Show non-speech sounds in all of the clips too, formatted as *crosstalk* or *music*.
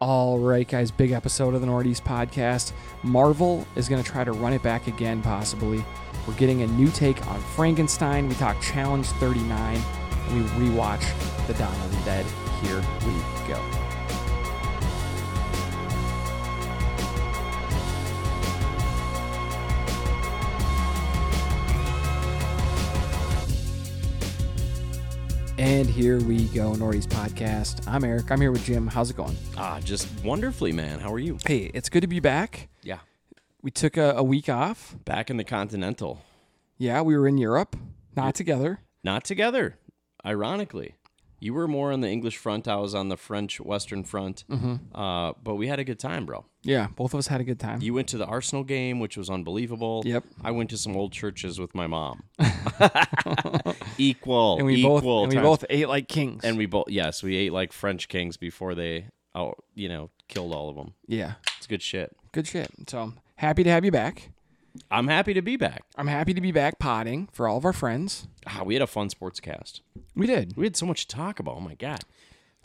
All right, guys, big episode of the Northeast podcast. Marvel is going to try to run it back again, possibly. We're getting a new take on Frankenstein. We talk Challenge 39, and we rewatch The Dawn of the Dead. Here we go. And here we go, Northeast podcast. I'm Eric. I'm here with Jim. How's it going? Ah, just wonderfully, man. How are you? Hey, it's good to be back. Yeah. We took a, a week off. Back in the Continental. Yeah, we were in Europe, not together. Not together, ironically. You were more on the English front. I was on the French Western front. Mm-hmm. Uh, but we had a good time, bro. Yeah, both of us had a good time. You went to the Arsenal game, which was unbelievable. Yep. I went to some old churches with *laughs* my mom. *laughs* equal. and we equal both and we times. both ate like kings. And we both. Yes, we ate like French kings before they, oh, you know, killed all of them. yeah, It's good shit. good shit. So happy to have you back. I'm happy to be back. I'm happy to be back potting for all of our friends. Ah, we had a fun sports cast. We did We had so much to talk about. Oh my god.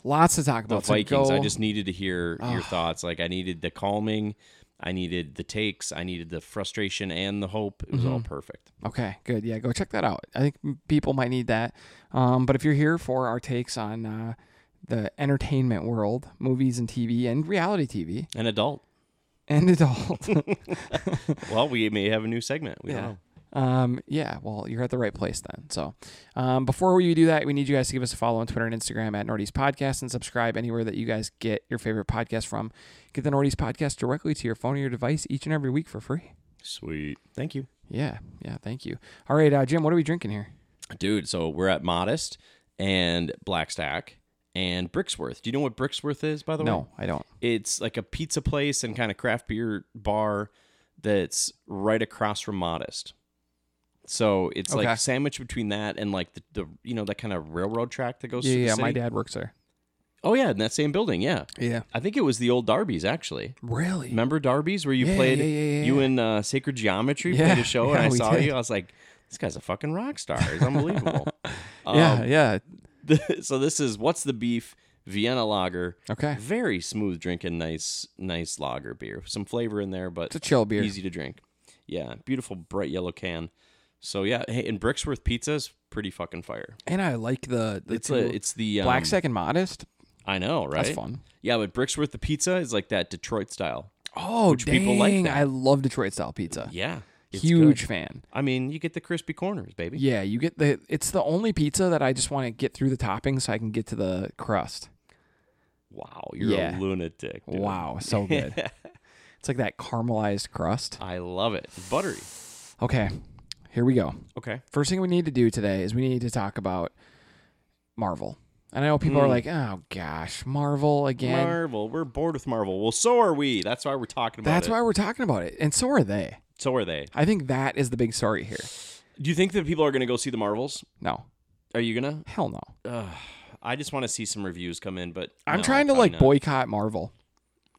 lots to talk about. the Vikings. So go- I just needed to hear your thoughts. Like I needed the calming, I needed the takes, I needed the frustration and the hope. It was all Mm-hmm. perfect. Okay, good. Yeah, go check that out. I think m- people might need that. Um, but if you're here for our takes on uh, the entertainment world, movies and TV and reality TV An adult. and *laughs* adult, Well, we may have a new segment. We don't Yeah. know. um, yeah, well, you're at the right place then. So um, before we do that, we need you guys to give us a follow on Twitter and Instagram at Northeast Podcast and subscribe anywhere that you guys get your favorite podcast from. Get the Northeast Podcast directly to your phone or your device each and every week for free. Sweet. Thank you. Yeah, yeah, thank you. All right, uh, Jim, what are we drinking here? Dude, so we're at Modest and Blackstack and Brixworth. Do you know what Brixworth is, by the way? No, I don't. It's like a pizza place and kind of craft beer bar that's right across from Modest. So it's Okay. like sandwiched between that and like the, the you know that kind of railroad track that goes Yeah, through the yeah, my city. dad works there. Oh yeah, in that same building. Yeah, Yeah. I think it was the old Darby's actually. Really? Remember Darby's where you Yeah, played yeah, yeah, yeah, you and uh, Sacred Geometry Yeah, played a show yeah, and I we saw did. you. I was like, this guy's a fucking rock star. It's unbelievable. *laughs* Yeah, *laughs* Um, yeah. the- so this is what's the beef Vienna Lager. Okay. Very smooth drinking, nice, nice lager beer. Some flavor in there, but It's a chill beer. easy to drink. Yeah, beautiful bright yellow can. So yeah, hey, and Brixworth Pizza is pretty fucking fire. And I like the, the It's two- a, it's the um, Black Second Modest. I know, right? That's fun. Yeah, but Brixworth the pizza is like that Detroit style. Oh, dang. people like that. I love Detroit style pizza. Yeah. it's Huge good. fan. I mean, you get the crispy corners, baby. Yeah, you get the it's the only pizza that I just want to get through the topping so I can get to the crust. Wow, you're Yeah. a lunatic. Dude. Wow, *laughs* so good. it's like that caramelized crust. I love it. It's buttery. Okay. Here we go. Okay. First thing we need to do today is we need to talk about Marvel. And I know people are like, "Oh gosh, Marvel again." Hmm. Marvel. We're bored with Marvel. Well, so are we. That's why we're talking about That's it. why we're talking about it. And so are they. So are they. I think that is the big story here. Do you think that people are going to go see the Marvels? No, Are you going to? hell no. I just want to see some reviews come in, but I'm no, trying to probably like not. boycott Marvel.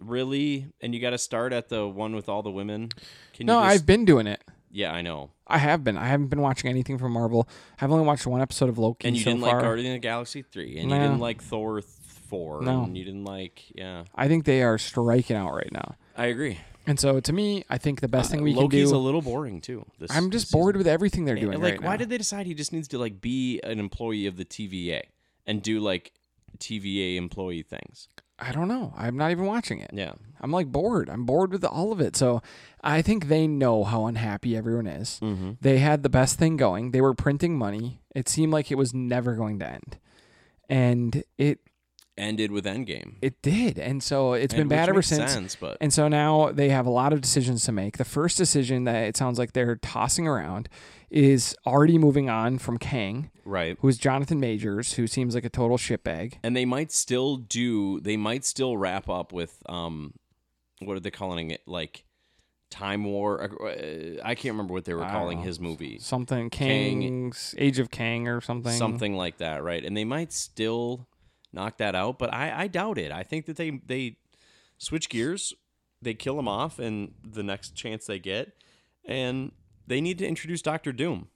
Really? And you got to start at the one with all the women? Can No, you just- I've been doing it. Yeah, I know. I have been. I haven't been watching anything from Marvel. I've only watched one episode of Loki And you so didn't far. like Guardian of the Galaxy 3, and No. you didn't like Thor 4, No. and you didn't like, yeah. I think they are striking out right now. I agree. And so, to me, I think the best thing we Loki's can Uh, a do. little boring too. This I'm just bored with everything they're doing like, right why now. did they decide he just needs to like be an employee of the TVA and do like TVA employee things? I don't know. I'm not even watching it. Yeah, I'm like bored. I'm bored with all of it. So I think they know how unhappy everyone is. Mm-hmm. They had the best thing going. They were printing money. It seemed like it was never going to end. And it ended with Endgame. it did. And so it's been And- bad which ever makes since. sense, but And so now they have a lot of decisions to make. The first decision that it sounds like they're tossing around is already moving on from Kang, right. who is Jonathan Majors, who seems like a total shitbag. And they might still do. They might still wrap up with um, what are they calling it? Like Time War. Uh, I can't remember what they were I don't calling know. his movie. Something Kang- Kang's Age of Kang or something. something like that, right? And they might still knock that out, but I, I doubt it. I think that they they switch gears, they kill him off, and the next chance they get, and they need to introduce Doctor Doom.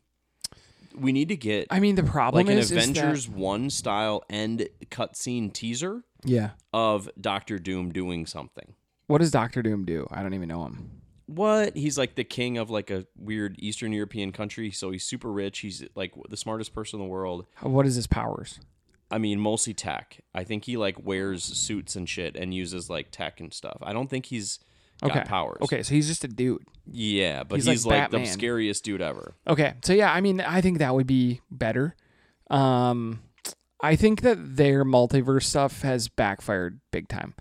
We need to get I mean, the problem like an is, is that- Avengers one style end cutscene teaser Yeah. of Doctor Doom doing something. What does Doctor Doom do? I don't even know him. What? He's like the king of like a weird Eastern European country, so he's super rich. He's like the smartest person in the world. How- What is his powers? I mean, mostly tech. I think he like wears suits and shit and uses like tech and stuff. I don't think he's got Okay. powers. Okay, so he's just a dude. Yeah, but He's he's, like like, the Batman. scariest dude ever. Okay, so yeah, I mean, I think that would be better. Um, I think that their multiverse stuff has backfired big time.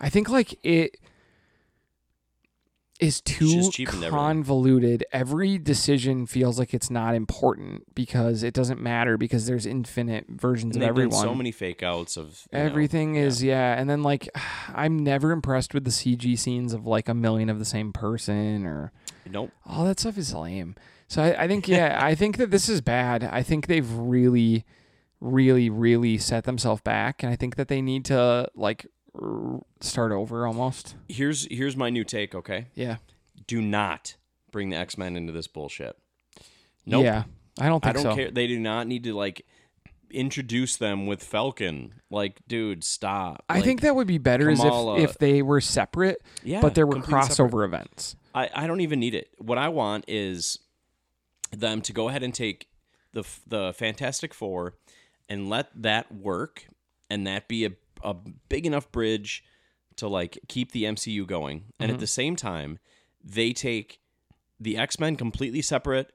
I think like it is too just cheapened everything. convoluted. Every decision feels like it's not important because it doesn't matter because there's infinite versions And of they've done everyone. so many fake outs of you know, Everything is yeah, and then like *sighs* I'm never impressed with the CG scenes of like a million of the same person or nope. all that stuff is lame. So I, I think yeah, I think that this is bad. I think they've really, really, really set themselves back, and I think that they need to like r- start over almost. Here's here's my new take. Okay, Yeah. do not bring the X Men into this bullshit. Nope. Yeah. I don't I think don't so. care. They do not need to like introduce them with Falcon. Like, dude, stop. I Like, think that would be better is Kamala- if, if they were separate, Yeah, but there were complete separate. crossover events. I, I don't even need it. What I want is them to go ahead and take the f- the Fantastic Four and let that work and that be a, a big enough bridge to like keep the MCU going. And at the same time, they take the X Men completely separate,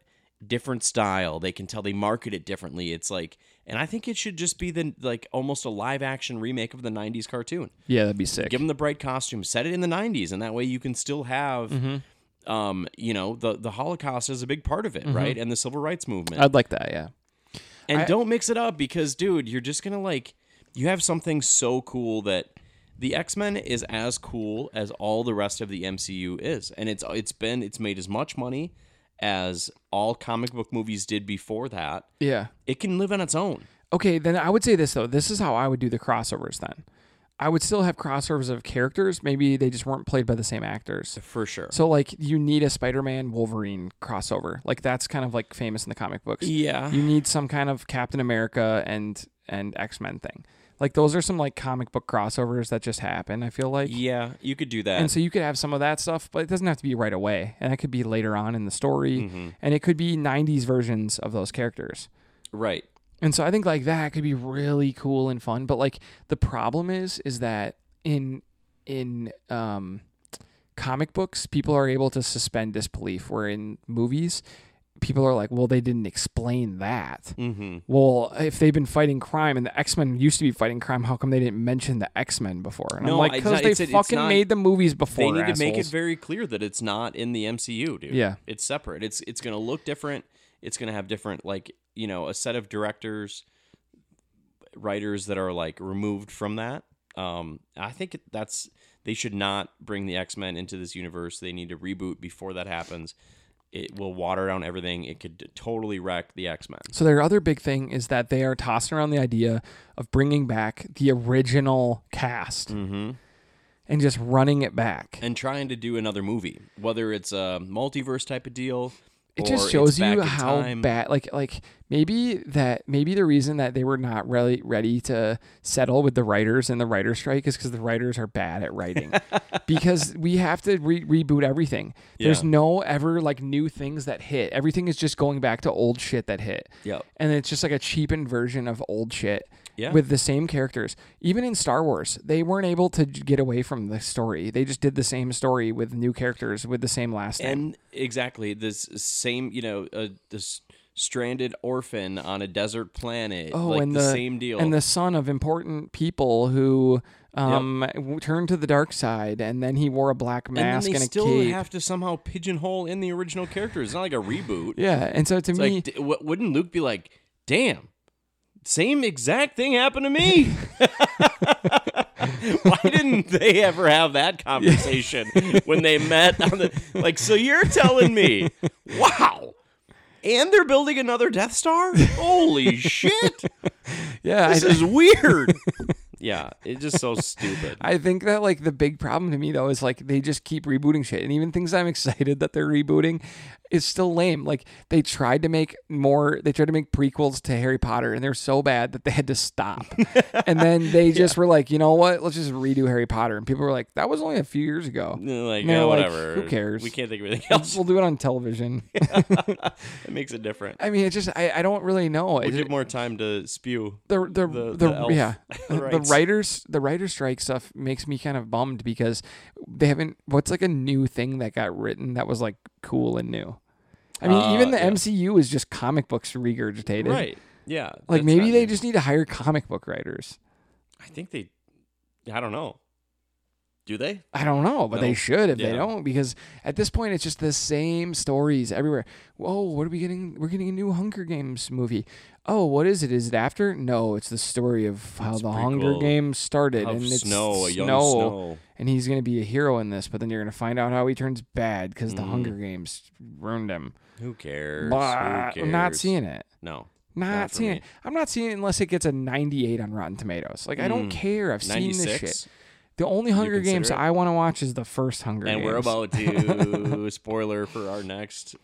different style. They can tell they market it differently. It's like, and I think it should just be the like almost a live action remake of the '90s cartoon. Yeah, that'd be sick. Give them the bright costume. Set it in the 90s, and that way you can still have, um, you know, the, the Holocaust is a big part of it, right? And the civil rights movement. I'd like that. Yeah. and don't mix it up because, dude, you're just going to like, you have something so cool that the X Men is as cool as all the rest of the MCU is. And it's it's been, it's made as much money as all comic book movies did before that. Yeah. It can live on its own. Okay, then I would say this though. This is how I would do the crossovers then. I would still have crossovers of characters. Maybe they just weren't played by the same actors. For sure. So like you need a Spider-Man Wolverine crossover. Like that's kind of like famous in the comic books. yeah. You need some kind of Captain America and and X-Men thing. Like those are some like comic book crossovers that just happen, I feel like. Yeah. You could do that. And so you could have some of that stuff, but it doesn't have to be right away. And it could be later on in the story. Mm-hmm. And it could be 90s versions of those characters. right. And so I think like that could be really cool and fun. But like the problem is is that in in um comic books, people are able to suspend disbelief. Where in movies, people are like, Well, they didn't explain that. Mm-hmm. Well, if they've been fighting crime and the X Men used to be fighting crime, how come they didn't mention the X Men before? And I'm No, like, it's because not- they it's- it's fucking not- made the movies before. They need to make it assholes. very clear that it's not in the MCU, dude. Yeah. It's separate. It's it's gonna look different. It's gonna have different like, you know, a set of directors, writers that are like removed from that. Um I think it- that's they should not bring the X-Men into this universe. They need to reboot before that happens. It will water down everything. It could totally wreck the X-Men. So their other big thing is that they are tossing around the idea of bringing back the original cast Mm-hmm. and just running it back. And trying to do another movie, whether it's a multiverse type of deal. It or just it's shows back you in how time. bad, like, like maybe that maybe the reason that they were not really ready to settle with the writers and the writer strike is because the writers are bad at *laughs* writing. because we have to re- reboot everything. There's Yeah. no ever like new things that hit. Everything is just going back to old shit that hit. Yep. and it's just like a cheapened version of old shit Yeah. with the same characters. Even in Star Wars, they weren't able to j- get away from the story. They just did the same story with new characters with the same last name. And exactly this same, you know, uh, this stranded orphan on a desert planet. Oh, like and the, the, same deal. and the son of important people who um, w- turned to the dark side, and then he wore a black And mask then and, they a still cape. have to somehow pigeonhole in the original character. It's not like a reboot. yeah, and so to It's me, like, d- w- wouldn't Luke be like, "Damn, same exact thing happened *laughs* to me"? *laughs* Why didn't they ever have that conversation when they met? On the, like, so you're *laughs* telling me, wow. And they're *laughs* building another Death Star? Holy shit! yeah, I, *laughs* This is weird. yeah, it's just so stupid. I think that like the big problem to me though is like they just keep rebooting shit, and even things I'm *laughs* excited that they're rebooting is still lame. Like they tried to make more, they tried to make prequels to Harry Potter, and they're so bad that they had to *laughs* stop. and then they just were like, you know what? Let's just redo Harry Potter, and people were like, that was only a few years *laughs* ago. like, they're eh, like, whatever. who cares? We can't think of anything else. We'll do it on television. it makes it different. I mean, it just I, I don't really know. It, We give more time to spew. the the the, the- the elf *laughs* yeah the rights. writers the writer strike stuff makes me kind of bummed because they haven't what's like a new thing that got written that was like cool and new. I mean, Uh, even the yeah. MCU is just comic books regurgitated. Right. Yeah. Like that's maybe not they new. just need to hire comic book writers. I think they. I don't know. Do they? I don't know, but they No. should if they Yeah. don't because at this point it's just the same stories everywhere. Whoa, what are we getting? We're getting a new Hunger Games movie. Oh, what is it? Is it after? No, it's the story of how It's the prequel Hunger Games started Of and it's snow, a young Snow, snow. and he's going to be a hero in this, but then you're going to find out how he turns bad cuz the Mhm. Hunger Games ruined him. Who cares? Blah. Who I'm not cares? seeing it. No. Not, Not for seeing me. it. I'm not seeing it unless it gets a 98 on Rotten Tomatoes. Like I don't Mm. care. I've Ninety seen this shit. six. The only Hunger consider Games it? I want to watch is the first Hunger And Games. we're *laughs* about to spoiler for our next.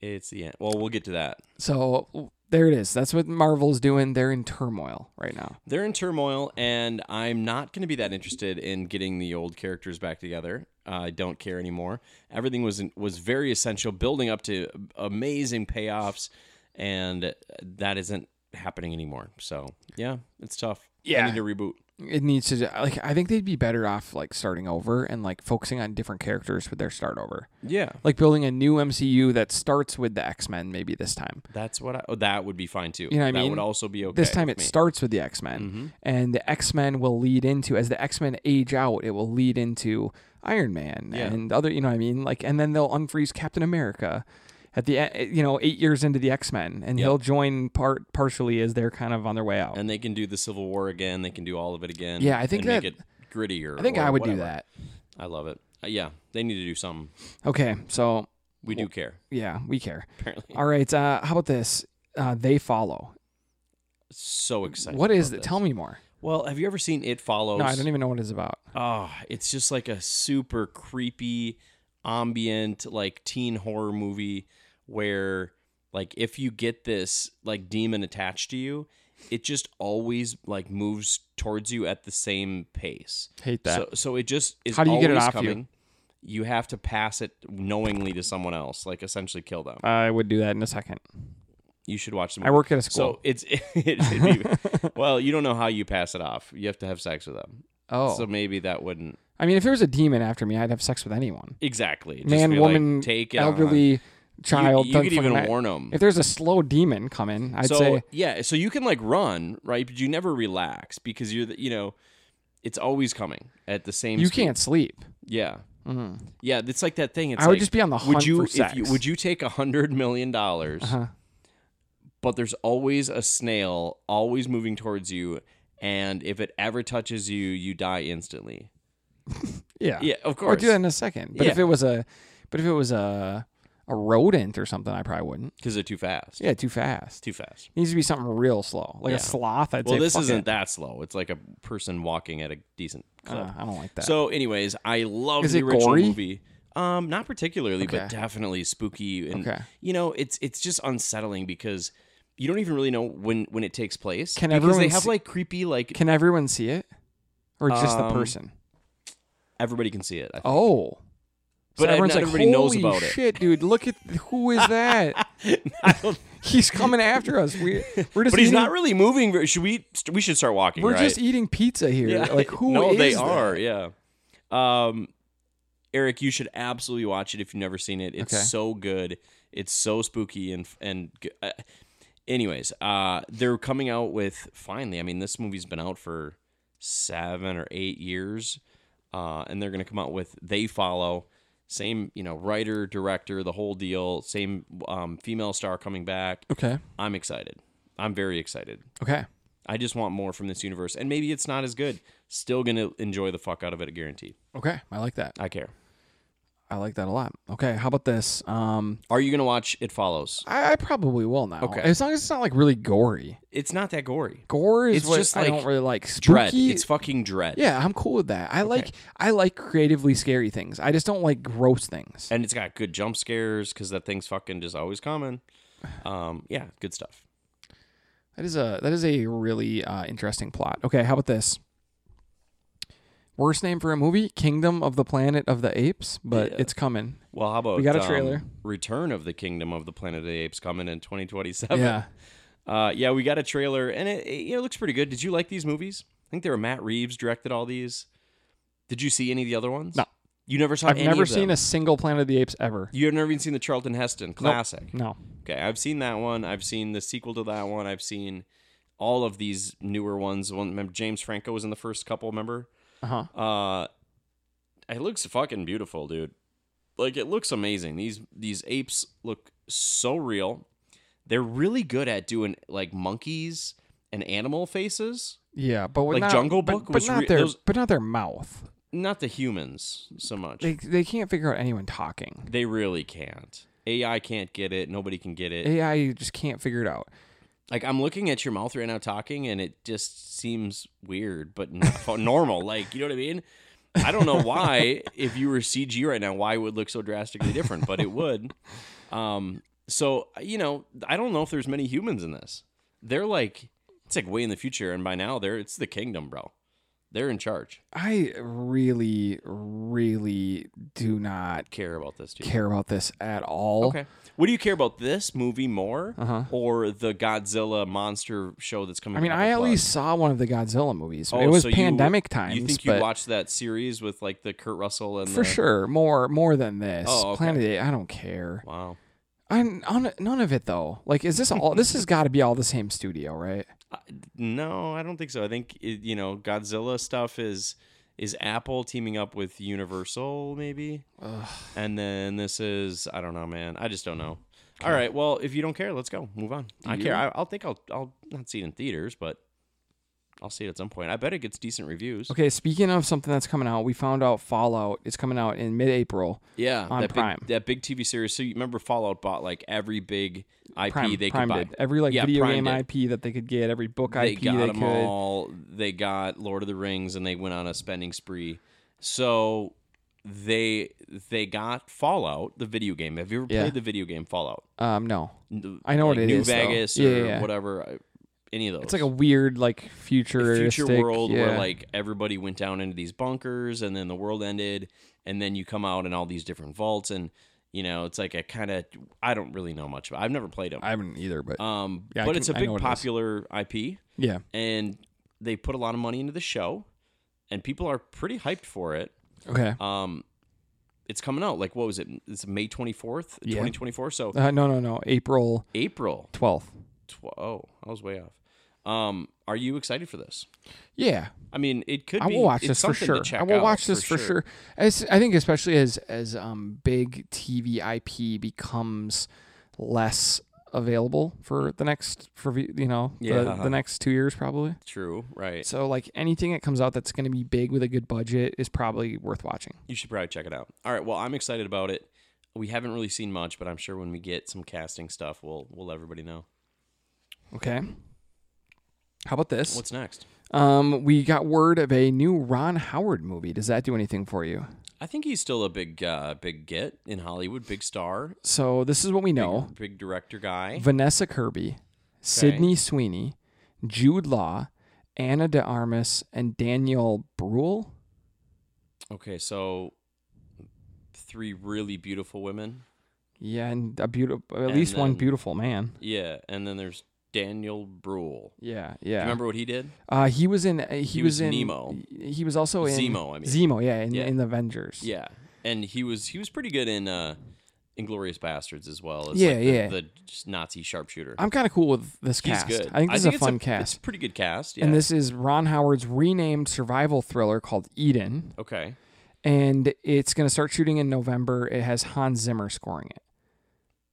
It's the end. Well, we'll get to that. So w- there it is. That's what Marvel's doing. They're in turmoil right now. They're in turmoil, and I'm not going to be that interested in getting the old characters back together. I don't care anymore. Everything was was very essential, building up to amazing payoffs, and that isn't happening anymore. So yeah, it's tough. Yeah. I need to reboot. It needs to like I think they'd be better off like starting over and like focusing on different characters with their start over. Yeah, Like building a new MCU that starts with the X-Men maybe this time. that's what I. Oh, that would be fine too. You know what I that mean? would also be okay. This time with it me. Mm-hmm. starts with the X-Men and the X-Men will lead into as the X-Men age out, it will lead into Iron Man Yeah. and other, you know what I mean? Like and then they'll unfreeze Captain America at the e- you know 8 years into the X-Men and Yep. he'll join part partially as they're kind of on their way out. and they can do the Civil War again. They can do all of it again. Yeah, I think and that- make it grittier. I think or I would do whatever. that. I love it. Uh, yeah, they need to do something. Okay, so We do care. yeah, we care. Apparently, All right, uh, how about this? Uh, they follow. so excited. What is about it? this. Tell me more. Well, have you ever seen It Follows? No, I don't e- even know what it's about. Oh, it's just like a super creepy, ambient, like teen horror movie where, like, if you get this like demon attached to you, it just always like moves towards you at the same pace. Hate So, so it just is How do you get it always off you? coming. You have to pass it knowingly to someone else, like essentially kill them. I would do that in a second. You should watch the movie. I work at a so school. it's *laughs* it, it'd be, well, you don't know how you pass it off. You have to have sex with them. oh, So maybe that wouldn't I mean, if there was a demon after me, I'd have sex with anyone. exactly Just Man, be like, woman, take it on. elderly, child. You, you doesn't could fucking even matter. warn them. If there's a slow demon coming, I'd so say yeah, so you can like run right, but you never relax because you're the, you know it's always coming at the same. you speed. can't sleep. Yeah, yeah. It's like that thing. It's I would like, just be on the hunt would you, for if sex. you would you take a hundred million dollars? Uh-huh. But there's always a snail always moving towards you, and if it ever touches you, you die instantly. yeah, Yeah, of Or course. do that in a second. But if Yeah. it was a, but if it was a, a rodent or something, I probably wouldn't. because they're too fast. Yeah, too fast. too fast. needs to be something real slow, like Yeah. a sloth. I'd Well, say. this "Fuck isn't it." that slow. It's like a person walking at a decent clip. Uh, I don't like that. So, anyways, I love Is the it original gory? movie. Um, not particularly, Okay. but definitely spooky, and Okay. you know, it's it's just unsettling because you don't even really know when when it takes place. Can because everyone they have see- like creepy, like can everyone see it, or just the Um, person? everybody can see it. I think. Oh, So But, uh, everyone's not like, everybody knows "Holy about it." Shit, dude, look at who *laughs* is that? *laughs* he's coming after us. We *laughs* we're just but he's eating, not really moving. very- Should we? st- We should start walking. we're right? just eating pizza here. Like who no, they is that? are. Yeah. Um, Eric, you should absolutely watch it if you've never seen it. It's Okay. so good. It's so spooky and and. g- Uh, anyways, uh, they're coming out with finally. I mean, this movie's been out for seven or eight years, uh, and they're gonna come out with They Follow. Same, you know, writer, director, the whole deal. Same um, female star coming back. Okay. I'm excited. I'm very excited. Okay. I just want more from this universe. And maybe it's not as good. Still gonna enjoy the fuck out of it, guaranteed. Okay. I like that. I care. I like that a lot. Okay, how about this? Um, Are you gonna watch It Follows? I, I probably will now. Okay. as long as it's not like really gory. It's not that gory. Gore is It's what just I don't like really like. Spooky, Dread. It's fucking dread. yeah, I'm cool with that. I like I like creatively scary things. I just don't like gross things. And it's got good jump scares because that thing's fucking just always coming. Um, yeah, good stuff. That is a that is a really uh, interesting plot. Okay, how about this? Worst name for a movie: Kingdom of the Planet of the Apes, but Yeah. it's coming. Well, how about We got a um, trailer. Return of the Kingdom of the Planet of the Apes coming in 2027. Yeah, Uh, yeah, we got a trailer, and it, it, you know, it looks pretty good. Did you like these movies? I think they were Matt Reeves directed all these. Did you see any of the other ones? No. you never saw. I've any never of them. seen a single Planet of the Apes ever. You've never even seen the Charlton Heston classic. No, Okay, I've seen that one. I've seen the sequel to that one. I've seen all of these newer ones. One, remember James Franco was in the first couple. Remember? uh huh. Uh, it looks fucking beautiful, dude. Like it looks amazing. These these apes look so real. They're really good at doing like monkeys and animal faces. Yeah, but we're Like not, Jungle but- Book but, was not re- their those- but not their mouth. Not the humans so much. They They, they can't figure out anyone talking. really can't. AI can't get it. Nobody can get it. AI just can't figure it out. Like I'm looking at your mouth right now talking, and it just seems weird, but not normal. Like you know what I mean? I don't know why. if you were CG right now, why it would look so drastically different? But it would. Um, so you know, I don't know if there's many humans in this. They're like it's like way in the future, and by now they're it's the kingdom, bro. They're in charge. I really, really do not Care about this, dude. care about this at all. Okay. What do you care about this movie more, Uh-huh. or the Godzilla monster show that's coming? I mean, out I with at Buzz? least saw one of the Godzilla movies. Oh, it was so you- pandemic times, You think you but watched that series with like the Kurt Russell and for the, sure, more more than this. Oh, okay. Planet of the I don't care. Wow. I'm on none of it though. Like, is this all? this has got to be all the same studio, right? I- No, I don't think so. I think it, you know Godzilla stuff is is Apple teaming up with Universal maybe, Ugh. and then this is I don't know, man. I just don't know. All right, well, if you don't care, let's go. Move on. I you? care. I, I'll think I'll I'll not see it in theaters, but I'll see it at some point. I bet it gets decent reviews. Okay, speaking of something that's coming out, we found out Fallout is coming out in mid-April. Yeah, On that Prime. big that big TV series. So you remember Fallout bought like every big IP Prime, they Prime could buy. did every like Yeah, video Prime game did. IP that they could get, every book they IP got they them could. all. They got Lord of the Rings, and they went on a spending spree. So they they got Fallout, the video game. Have you ever Yeah. played the video game Fallout? Um, no, N- I know like what it New is, though. Vegas Yeah, or yeah, yeah. whatever. I- Any of those? it's like a weird like futuristic future world where yeah. like everybody went down into these bunkers, and then the world ended, and then you come out in all these different vaults, and you know it's like a kind of I don't really know much about. I've never played them. I haven't either, but um, Yeah, I but can- it's a I big know what it is. popular IP yeah, and they put a lot of money into the show and people are pretty hyped for it okay. um it's coming out like what was it it's may 24th Yeah. 2024 so Uh, no, no, no, April april twelfth. tw- oh i was way off um are you excited for this Yeah, i mean it could I be will watch it's this for something sure. to check I will out, watch this for, sure. As I think, especially as as um, big TV IP becomes less available for the next for vi- you know Yeah, the, uh-huh. the next two years probably. true right So like anything that comes out that's going to be big with a good budget is probably worth watching. you should probably check it out all right well i'm excited about it we haven't really seen much but i'm sure when we get some casting stuff we'll we'll let everybody know Okay. How about this? what's next Um, we got word of a new Ron Howard movie. Does that do anything for you? i think he's still a big uh big get in hollywood big star So this is what we know. big director guy. Vanessa Kirby, Sydney Sweeney, Jude Law, Anna De Armas, and Daniel Bruhl. Okay, so three really beautiful women. Yeah, and a beautiful, at And least one then- beautiful man. Yeah, and then there's Daniel Bruhl. Yeah, yeah. Remember what he did? uh, he was in. uh, He, He was, was in Nemo. He was also in Zemo, I mean. Zemo, yeah, in, Yeah. in the Avengers. Yeah, and he was he was pretty good in uh, Inglorious Bastards as well. As Yeah, like, the, yeah. The just Nazi sharpshooter. I'm kind of cool with this He's cast. good. I think this is a it's fun It's cast. a pretty good cast. Yeah. And this is Ron Howard's renamed survival thriller called Eden, okay. and it's going to start shooting in November. It has Hans Zimmer scoring it.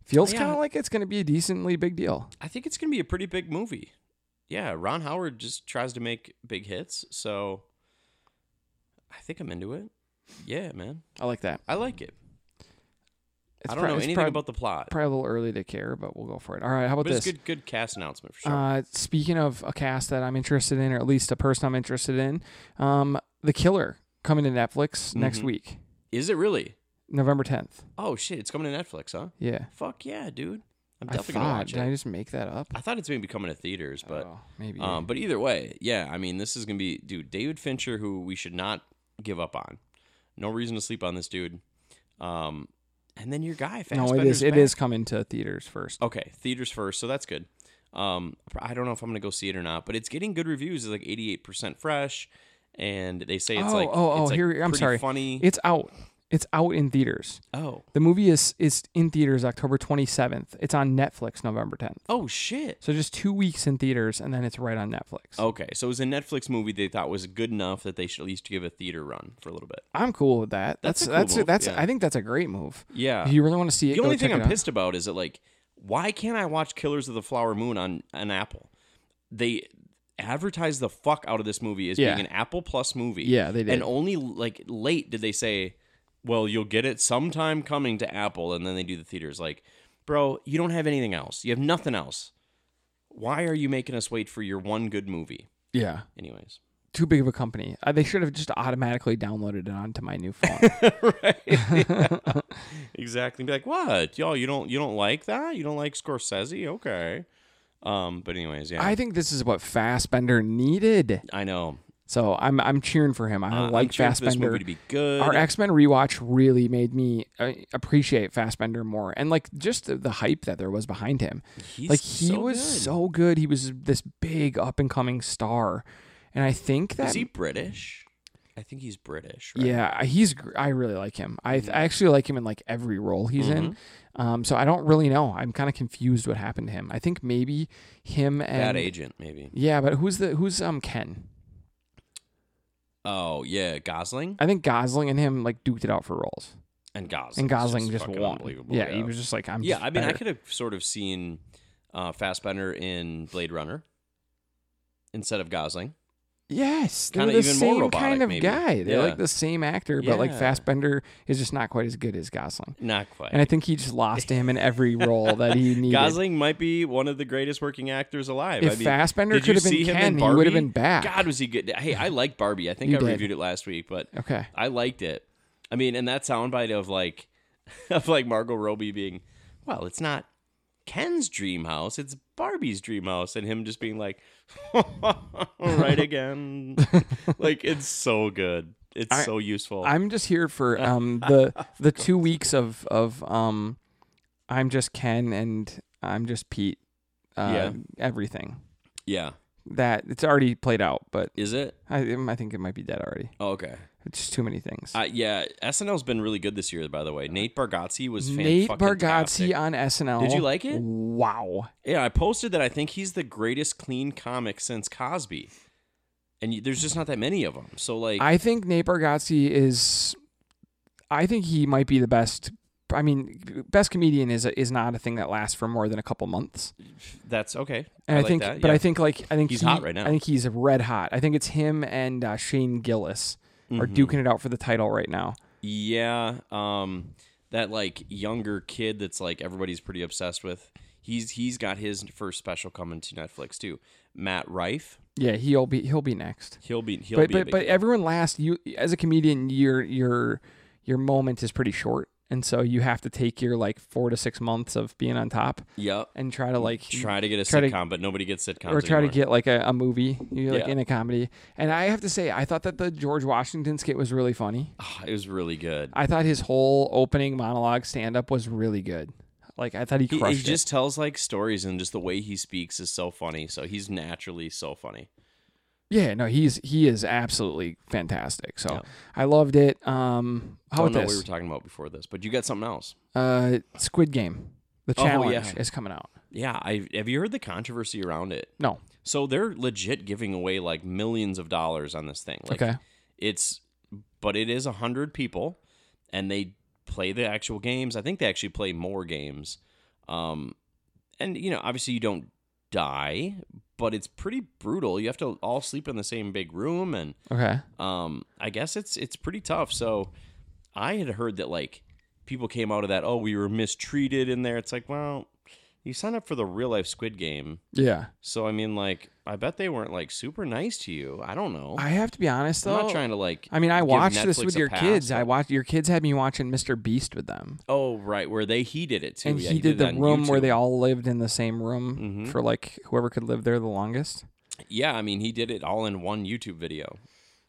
Feels Yeah. kind of like it's going to be a decently big deal. I think it's gonna be a pretty big movie. Yeah, Ron Howard just tries to make big hits, so I think I'm into it. Yeah, man, I like that. I like it. It's I don't prob- know it's anything prob- about the plot, Probably a little early to care, but we'll go for it. All right, how about but it's this? good. Good cast announcement for sure. Uh, speaking of a cast that I'm interested in, or at least a person I'm interested in, um, The Killer coming to Netflix next Mhm. week, Is it really? November 10th. Oh shit! It's coming to Netflix, huh? Yeah, Fuck yeah, dude! I'm I definitely gonna thought. watch Did I it. just make that up? I thought it's maybe coming to theaters, but Oh, maybe. um, but either way, yeah. I mean, this is gonna be dude David Fincher, who we should not give up on. No reason to sleep on this dude. Um, and then your guy, no, it Fassbender's is. It back. is coming to theaters first. Okay, theaters first, so that's good. Um, I don't know if I'm gonna go see it or not, but it's getting good reviews. It's like 88 percent fresh, and they say it's Oh, like oh, it's oh, like here- I'm pretty sorry. funny. It's out. It's out in theaters. oh, The movie is is in theaters October 27th. It's on Netflix November 10th. oh shit. So just two weeks in theaters, and then it's right on Netflix. Okay, so it was a Netflix movie they thought was good enough that they should at least give a theater run for a little bit. I'm cool with that. That's that's That's a cool that's, move, yeah. I think that's a great move. Yeah. If you really want to see it, the go only check thing it I'm out. pissed about is that like, why can't I watch Killers of the Flower Moon on an Apple? They advertised the fuck out of this movie as Yeah. being an Apple Plus movie. Yeah, they did. And only like late did they say, "Well, you'll get it sometime coming to Apple," and then they do the theaters. Like, bro, you don't have anything else. You have nothing else. Why are you making us wait for your one good movie? Yeah, Anyways, too big of a company. Uh, they should have just automatically downloaded it onto my new *laughs* phone. exactly. Be like, what, y'all? You don't you don't like that? You don't like Scorsese? Okay. Um, but anyways, yeah, I think this is what Fassbender needed. I know. So I'm I'm cheering for him. I Uh, like I'm cheering for this Fassbender. movie to be good. Our X Men rewatch really made me uh, appreciate Fassbender more, and like just the, the hype that there was behind him. He's like he so was good. so good. He was this big up and coming star, and I think that Is he British? I think he's British. Right? yeah, he's gr- I really like him. I, Mm-hmm. I actually like him in like every role he's in. Um, so I don't really know. I'm kind of confused what happened to him. I think maybe him and Bad agent, maybe. yeah, but who's the who's um Ken? Oh yeah, Gosling I think Gosling and him like duked it out for roles, and Gosling. and Gosling just, fucking won. Unbelievable. Yeah, yeah. he was just like I'm. Yeah, just I mean, I better. could have sort of seen uh, Fassbender in Blade Runner instead of Gosling. Yes, they're Kinda the even more same kind robotic, of maybe. guy. They're Yeah. like the same actor, but like Yeah. Fassbender is just not quite as good as Gosling. Not quite. And I think he just lost him in every role that *laughs* he needed. Gosling might be one of the greatest working actors alive. If I mean, Fassbender did you could have been see him Ken, in he would have Barbie? been back. God, was he good? Hey, I like Barbie. I think You I did. reviewed it last week, but Okay. I liked it. I mean, and that soundbite of like, *laughs* of like Margot Robbie being, well, it's not Ken's dream house, it's Barbie's dream house, and him just being like, *laughs* right *laughs* again. like it's so good. It's I- so useful. I'm just here *laughs* for um the the two weeks of of um I'm just Ken and I'm just Pete. Uh, Yeah. Everything yeah. that it's already played out, but Is it? I um, I think it might be dead already. Oh, okay. It's just too many things. Uh, yeah, SNL's been really good this year, by the way. Nate Bargatze was fan Nate Bargatze on SNL. Did you like it? Wow. Yeah, I posted that I think he's the greatest clean comic since Cosby, and you, there's just not that many of them. So like, I think Nate Bargatze is. I think he might be the best. I mean, best comedian is is not a thing that lasts for more than a couple months. that's okay. And I, like think, that, but yeah. I think like I think He's he- hot right now. I think he's red hot. I think it's him and uh, Shane Gillis are Mm-hmm. duking it out for the title right now. yeah, um, that like younger kid that's like everybody's pretty obsessed with. He's he's got his first special coming to Netflix too. Matt Rife, Yeah, he'll be he'll be next. he'll be he'll But be. a but big- but everyone lasts. You as a comedian, your your your moment is pretty short, and so you have to take your like four to six months of being on top yep. and try to like Try to get a try to- sitcom, but nobody gets sitcoms. or try to anymore. get like a, a movie, you know, like Yeah. in a comedy. And I have to say, I thought that the George Washington skit was really funny. Ah, it was really good. I thought his whole opening monologue stand up was really good. Like I thought he He, crushed he just tells like stories, and just the way he speaks is so funny. So he's naturally so funny. it. Yeah, no, he's he is absolutely fantastic. So I loved it. Um, how Don't know about what we this? were talking about before this, but you got something else. Uh, Squid Game, the Oh, yeah. challenge is coming out. Yeah, I have you heard the controversy around it? No, So they're legit giving away like millions of dollars on this thing. Like okay, it's but it is a hundred people and they play the actual games. I think they actually play more games. Um and you know, obviously you don't die, but it's pretty brutal. You have to all sleep in the same big room and okay. um, I guess it's it's pretty tough. So I had heard that like people came out of that, oh, we were mistreated in there. It's like, well, you signed up for the real life Squid Game. Yeah. So, I mean, like, I bet they weren't, like, super nice to you. I don't know. I have to be honest though. I'm not trying to, like, I mean, I give watched this Netflix with a your pass, kids. but- I watched your kids had me watching Mr. Beast with them, Oh, right. Where they, he did it too. and Yeah, he, did, that the on room where YouTube. they all lived in the same room Mhm. for like whoever could live there the longest. Yeah, I mean, he did it all in one YouTube video.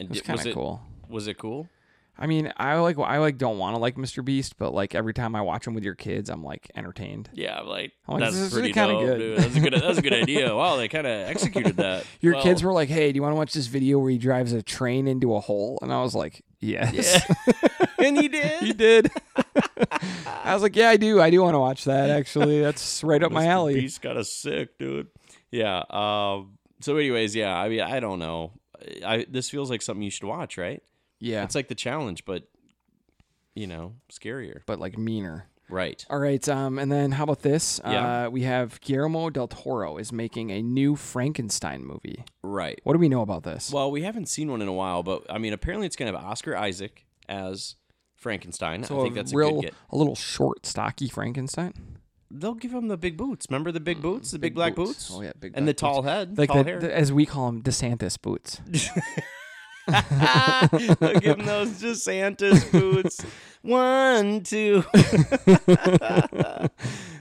And It was di- was kind of it cool. was it cool? I mean, I like I like don't want to like Mr. Beast, but like every time I watch him with your kids, I'm like entertained. Yeah, I'm like Oh, that's this is pretty kinda dope. good. dude. That's a good. That's a good idea. Wow, they *laughs* kind of executed that. Your well. kids were like, "Hey, do you want to watch this video where he drives a train into a hole?" And I was like, Yeah. "Yes." and he *laughs* did. he *laughs* did. *laughs* I was like, "Yeah, I do. I do want to watch that actually. That's right up my Mr. alley." Beast got us sick, dude. Yeah. Um. So, anyways, yeah. I mean, I don't know. I this feels like something you should watch, right? Yeah. It's like the challenge, but you know, scarier. but like meaner. Right. All right, um, and then how about this? Yeah. Uh, we have Guillermo del Toro is making a new Frankenstein movie. Right. What do we know about this? Well, we haven't seen one in a while, but I mean, apparently it's going to have Oscar Isaac as Frankenstein. I think that's a real, good get. a little short, stocky Frankenstein. They'll give him the big boots. Remember the big boots, the big, black boots, Oh yeah, big and the black tall boots. head, like tall the, hair. the- as we call them, DeSantis boots. *laughs* They'll give him those DeSantis boots. One, two. *laughs*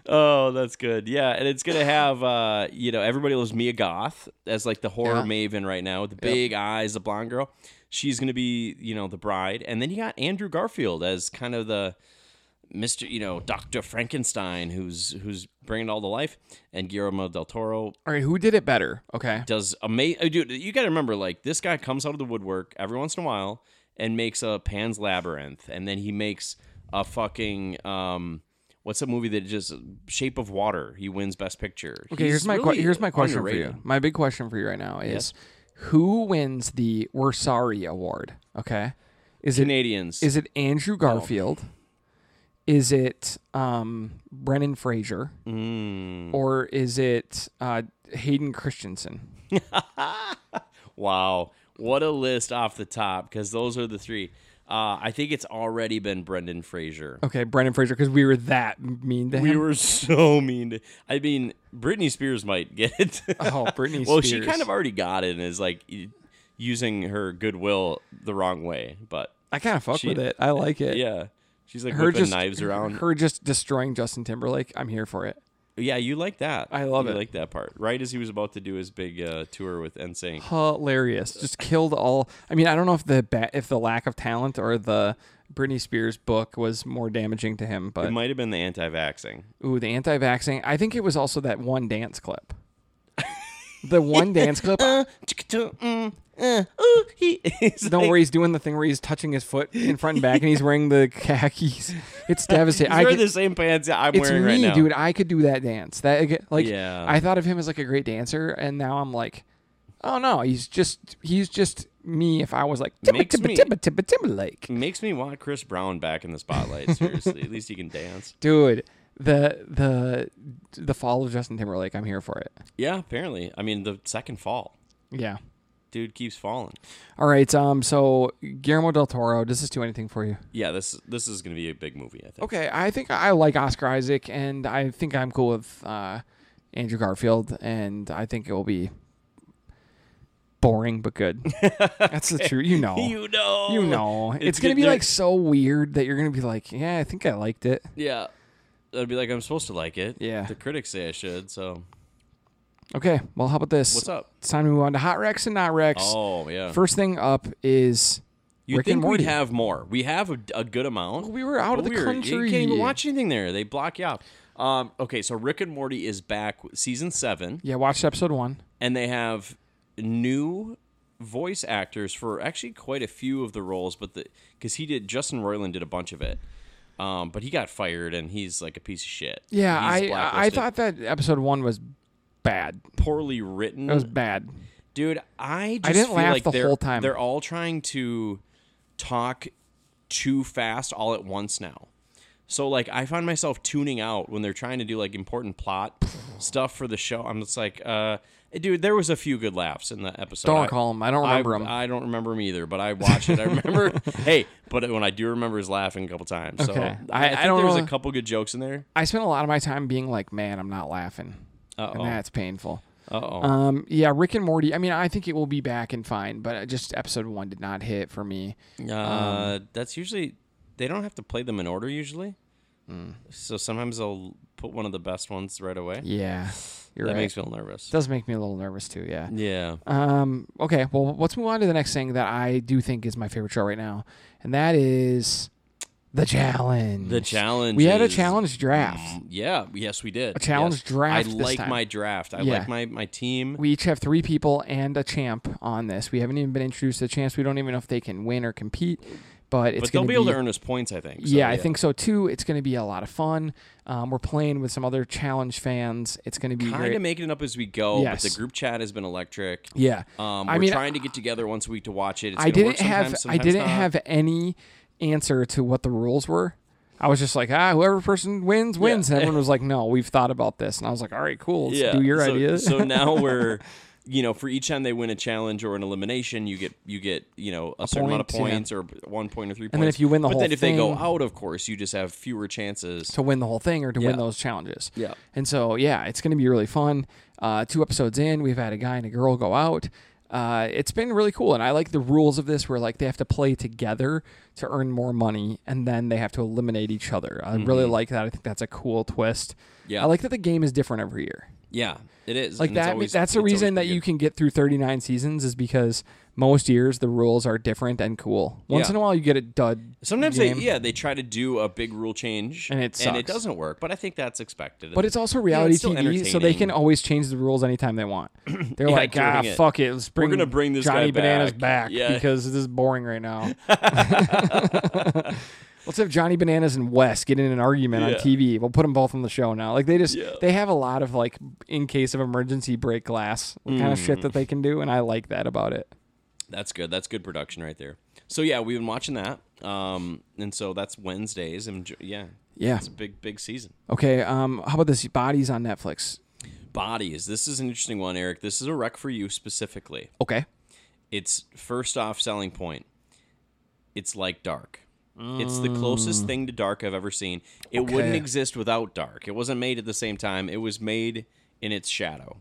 oh, that's good. Yeah, and it's gonna have uh, you know everybody loves Mia Goth as like the horror Yeah. maven right now with the big eyes, the blonde girl. She's gonna be you know the bride, and then you got Andrew Garfield as kind of the Mister you know Doctor Frankenstein who's who's bringing it all to life, and Guillermo del Toro All right, who did it better? Okay, does amazing. Dude, you got to remember, like this guy comes out of the woodwork every once in a while and makes a Pan's Labyrinth, and then he makes a fucking um, what's a movie that just Shape of Water. He wins Best Picture. okay. He's here's my que- really here's my question for underrated. you. My big question for you right now is, who wins the "We're Sorry" award? Okay, is it Canadians. Is it Andrew Garfield? Is it um, Brennan Fraser? Mm. Or is it uh, Hayden Christensen? wow, what a list off the top because those are the three. Uh, I think it's already been Brendan Fraser. Okay, Brennan Fraser, because we were that mean to We him. were so mean. To, I mean, Britney Spears might get it. oh, Britney *laughs* well, Spears. she kind of already got it and is like e- using her goodwill the wrong way. But I kind of fuck she- with it. I like it. yeah, she's like Her whipping just knives around. Her just destroying Justin Timberlake. I'm here for it. yeah, you like that. I love you it. Like that part. Right as he was about to do his big uh, tour with NSYNC. Hilarious. Just killed all. I mean, I don't know if the ba- if the lack of talent or the Britney Spears book was more damaging to him, It but might have been the anti-vaxing. Ooh, the anti-vaxxing. I think it was also that one dance clip. the *laughs* one dance clip. Don't worry, he's doing the thing where he's touching his foot in front and back, *laughs* and he's wearing the khakis. It's devastating. He's I wearing could, the same pants that I'm it's wearing me, right now. dude. I could do that dance. That like, Yeah. I thought of him as like a great dancer, and now I'm like, oh no, he's just he's just me. If I was like Timba Makes Timba me- Mm. Timba Timba Timberlake, Makes me want Chris Brown back in the spotlight. Seriously, at least he can dance. dude. The the the fall of Justin Timberlake. I'm here for it. Yeah, apparently. I mean, the second fall, Yeah. dude keeps falling. All right. Um. So Guillermo del Toro, does this do anything for you? Yeah, this this is gonna be a big movie. I think. Okay. I think I like Oscar Isaac, and I think I'm cool with uh, Andrew Garfield, and I think it will be boring but good. *laughs* That's the truth. You know. Oh. You, You know. know. It's, It's gonna good- be they're- like so weird that you're gonna be like, yeah, I think I liked it. Yeah. I'd be like, I'm supposed to like it. Yeah. The critics say I should. So Okay. Well, how about this? what's up? It's time to move on to hot Rex and not Rex. Oh yeah. First thing up is you Rick and think we'd Morty. have more? We have a, a good amount. we were out of but the we were- country. You can't even watch anything there. They block you out. Um, okay, so Rick and Morty is back, with season seven, Yeah, watched episode one. and they have new voice actors for actually quite a few of the roles, but the because he did Justin Roiland did a bunch of it, um, but he got fired and he's like a piece of shit. Yeah, He's I I I blacklisted. thought that episode one was bad. poorly written. It was bad. Dude, I just didn't feel laugh like the they're, whole time. They're all trying to talk too fast all at once now. So like I find myself tuning out when they're trying to do like important plot stuff for the show. I'm just like, uh, dude, there was a few good laughs in that episode. Don't I- recall him. I don't remember I, him. I don't remember him either, but I watched it. I remember. *laughs* hey, but when I do remember is laughing a couple times. So Okay. I, I- I think I don't there's really- a couple good jokes in there. I spent a lot of my time being like, man, I'm not laughing. And Uh that's painful. oh. Uh oh. Um, yeah, Rick and Morty. I mean, I think it will be back and fine, but just episode one did not hit for me. Uh, that's usually they don't have to play them in order usually. So sometimes they'll put one of the best ones right away. Yeah, you're that right. makes me a little nervous. does make me a little nervous too. Yeah. yeah. Um, okay, well, let's move on to the next thing that I do think is my favorite show right now, and that is the challenge. *laughs* The challenge. We had a is- challenge draft. Mm, Yeah. Yes, we did. A challenge draft I this like time. my draft. I Yeah. like my my team. We each have three people and a champ on this. We haven't even been introduced to the champs. We don't even know if they can win or compete, but it's but they'll going be able to earn us points, I think. So, yeah, I think so too. It's going to be a lot of fun. Um, we're playing with some other challenge fans. It's going to be Kind great. of making it up as we go, but Yes. the group chat has been electric. yeah. Um, we're I mean, trying to get together once a week to watch it. It's I gonna didn't work sometimes, have I sometimes didn't not. have any answer to what the rules were. I was just like, ah, whoever person wins wins. And everyone was *laughs* like, no, we've thought about this. And I was like, all right, cool. Let's do your so, ideas. so *laughs* now we're, you know, for each time they win a challenge or an elimination, you get you get you know a, certain amount of point, yeah. points or one point or three points. then if you win the but whole then if they go thing- out, of course, you just have fewer chances. to win the whole thing or to Yeah. win those challenges. Yeah. And so yeah, it's going to be really fun. Uh, two episodes in, we've had a guy and a girl go out. Uh, it's been really cool, and I like the rules of this, where like they have to play together to earn more money, and then they have to eliminate each other. I really like that. I think that's a cool twist. Mm-hmm. Yeah. I like that the game is different every year. yeah, it is Like and it's that. always- that's the it's always reason that pretty you good. can get through 39 seasons is because most years the rules are different and cool. Once Yeah. in a while you get a dud. Sometimes game. they yeah they try to do a big rule change And it and sucks. it doesn't work. But I think that's expected. But it's also know, reality it's still TV, so they entertaining. can always change the rules anytime they *clears throat* want. They're Yeah, like, ah, during it. fuck it, let's bring gonna bring this Johnny guy Bananas back." back Yeah. because this is boring right *laughs* now. *laughs* let's have Johnny Bananas and Wes get in an argument on Yeah. TV. We'll put them both on the show now. Like they just Yeah. they have a lot of like in case of emergency break glass kind of shit that Mm. they can do, and I like that about it. That's good. That's good production right there. So yeah, we've been watching that. Um, and so that's Wednesdays. And j- yeah, Yeah. it's a big big season. Okay. Um. How about this? Bodies on Netflix. Bodies. This is an interesting one, Eric. This is a rec for you specifically. Okay. It's first off selling point. It's like dark. It's the closest thing to dark I've ever seen. It wouldn't Mm. Okay. exist without dark. It wasn't made at the same time. It was made in its shadow.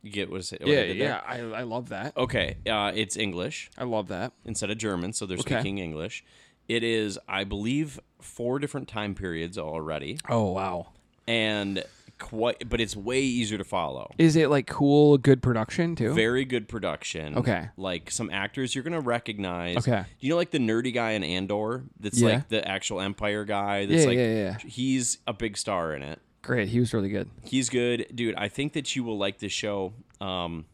You get what I said- what I did there? I, I love that. Okay, uh, it's English. I love that. instead of German, so they're Okay. speaking English. It is, I believe, four different time periods already, Oh wow. and quite, but it's way easier to follow. Is it like cool, good production too? Very good production. Okay. like some actors you're gonna recognize. Okay. you know, like the nerdy guy in Andor, that's Yeah. like the actual Empire guy. That's Yeah, like, yeah, yeah. He's a big star in it. Great. He was really good. He's good, dude. I think that you will like this show. Um,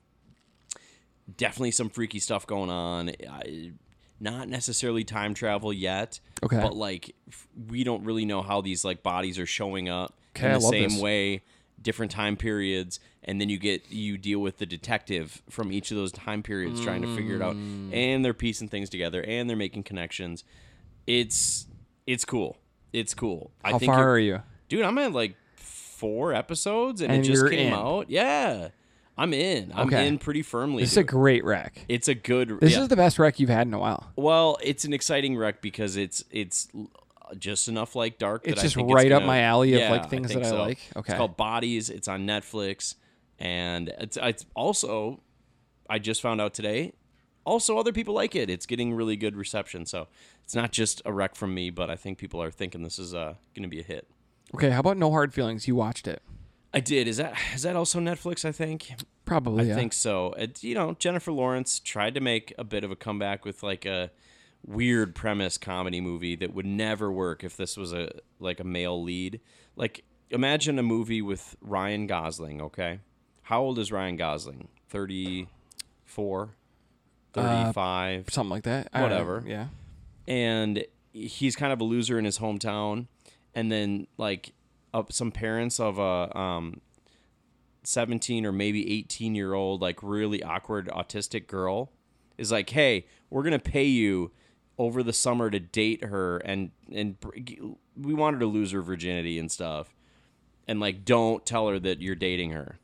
definitely some freaky stuff going on. I, not necessarily time travel yet. Okay. But like, f- we don't really know how these like bodies are showing up Okay, in I the love same this. way, different time periods, and then you get you deal with the detective from each of those time periods trying to figure it out, Mm. and they're piecing things together, and they're making connections. It's it's cool. It's cool. How I think far you're- are you? dude i'm at like four episodes and, And it just you're came in. out yeah i'm in i'm Okay. in pretty firmly This is a dude. great wreck. it's a good This yeah. is the best wreck you've had in a while. well it's an exciting rec because it's it's l- just enough like dark It's that just I think right up gonna- my alley of, Yeah, like, things think that I so. like. Okay. it's called bodies it's on netflix and it's, it's also i just found out today also other people like it it's getting really good reception so it's not just a rec from me but i think people are thinking this is uh, gonna be a hit Okay, how about No Hard Feelings? You watched it. I did. Is that is that also Netflix? I think. Probably. yeah. I think so. It, you know, Jennifer Lawrence tried to make a bit of a comeback with like a weird premise comedy movie that would never work if this was a like a male lead. Like imagine a movie with Ryan Gosling, okay? How old is Ryan Gosling? 34, 35 Something like that. I don't know. Whatever. Yeah. and he's kind of a loser in his hometown and then like up some parents of a um 17 or maybe 18 year old like really awkward autistic girl is like hey we're going to pay you over the summer to date her and and br- g- we want her to lose her virginity and stuff and like don't tell her that you're dating her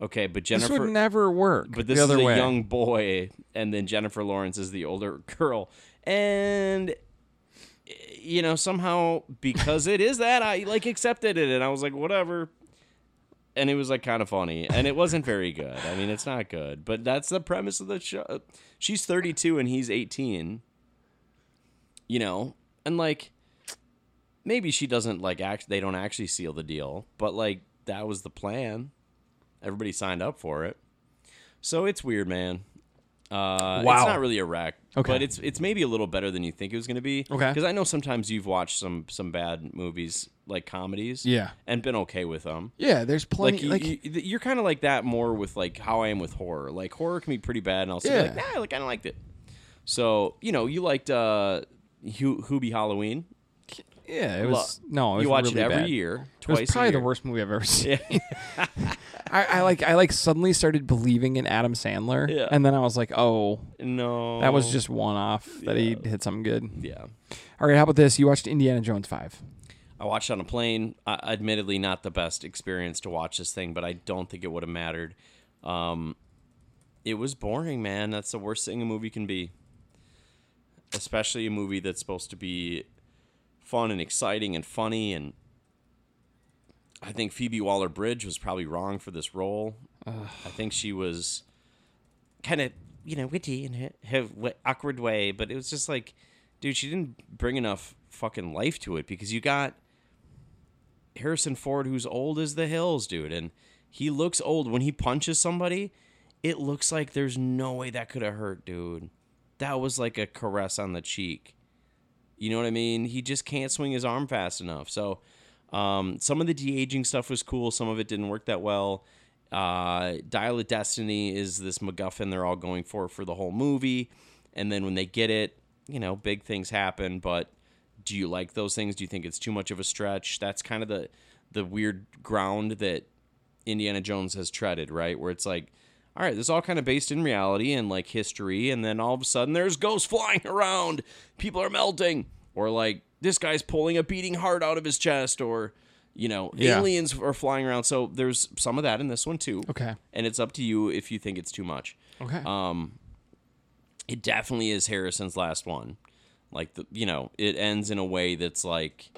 Okay, but this Jennifer would never work. But this the other is a way. young boy, and then Jennifer Lawrence is the older *laughs* girl, and you know somehow because it is that I like accepted it, and I was like whatever, and it was like kind of funny, and it wasn't very good. I mean, it's not good, but that's the premise of the show. She's thirty two and he's eighteen, you know, and like maybe she doesn't like act. They don't actually seal the deal, but like that was the plan. Everybody signed up for it. So it's weird, man. Uh, Wow. It's not really a wreck, Okay. but it's it's maybe a little better than you think it was going to be. Okay. Because I know sometimes you've watched some some bad movies like comedies. Yeah. And been okay with them. Yeah, there's plenty. Like, Like, you, you, you're kind of like that more with like how I am with horror. Like horror can be pretty bad, and I'll say like, Yeah. nah, I kind of liked it. So you know, you liked uh, Hu- Hubie Halloween. yeah, it was Lo- no. It was you watch really it every bad. year, It was twice. probably a year. the worst movie I've ever seen. *laughs* Yeah. *laughs* I, I like I like suddenly started believing in Adam Sandler, Yeah. and then I was like, oh, No, that was just one off that he hit something good. yeah. All right, how about this? You watched Indiana Jones five. I watched on a plane. Uh, admittedly, not the best experience to watch this thing, but I don't think it would have mattered. Um, it was boring, man. That's the worst thing a movie can be, especially a movie that's supposed to be fun and exciting and funny. And I think Phoebe Waller Bridge was probably wrong for this role. I think she was kind of you know witty in her, her w- awkward way, but it was just like, dude, she didn't bring enough fucking life to it because you got Harrison Ford, who's old as the hills, dude, and he looks old when he punches somebody. It looks like there's no way that could have hurt, dude. That was like a caress on the cheek. You know what I mean? He just can't swing his arm fast enough. So, um, some of the de aging stuff was cool. Some of it didn't work that well. Uh, Dial of Destiny is this MacGuffin they're all going for for the whole movie, and then when they get it, you know, big things happen. But do you like those things? Do you think it's too much of a stretch? That's kind of the the weird ground that Indiana Jones has treaded, right? Where it's like, all right, this is all kind of based in reality and like history, and then all of a sudden there's ghosts *laughs* flying around, people are melting, or like this guy's pulling a beating heart out of his chest, or you know, Yeah. aliens are flying around. So there's some of that in this one too. Okay. And it's up to you if you think it's too much. Okay. Um, it definitely is Harrison's last one. Like the, you know, it ends in a way that's like,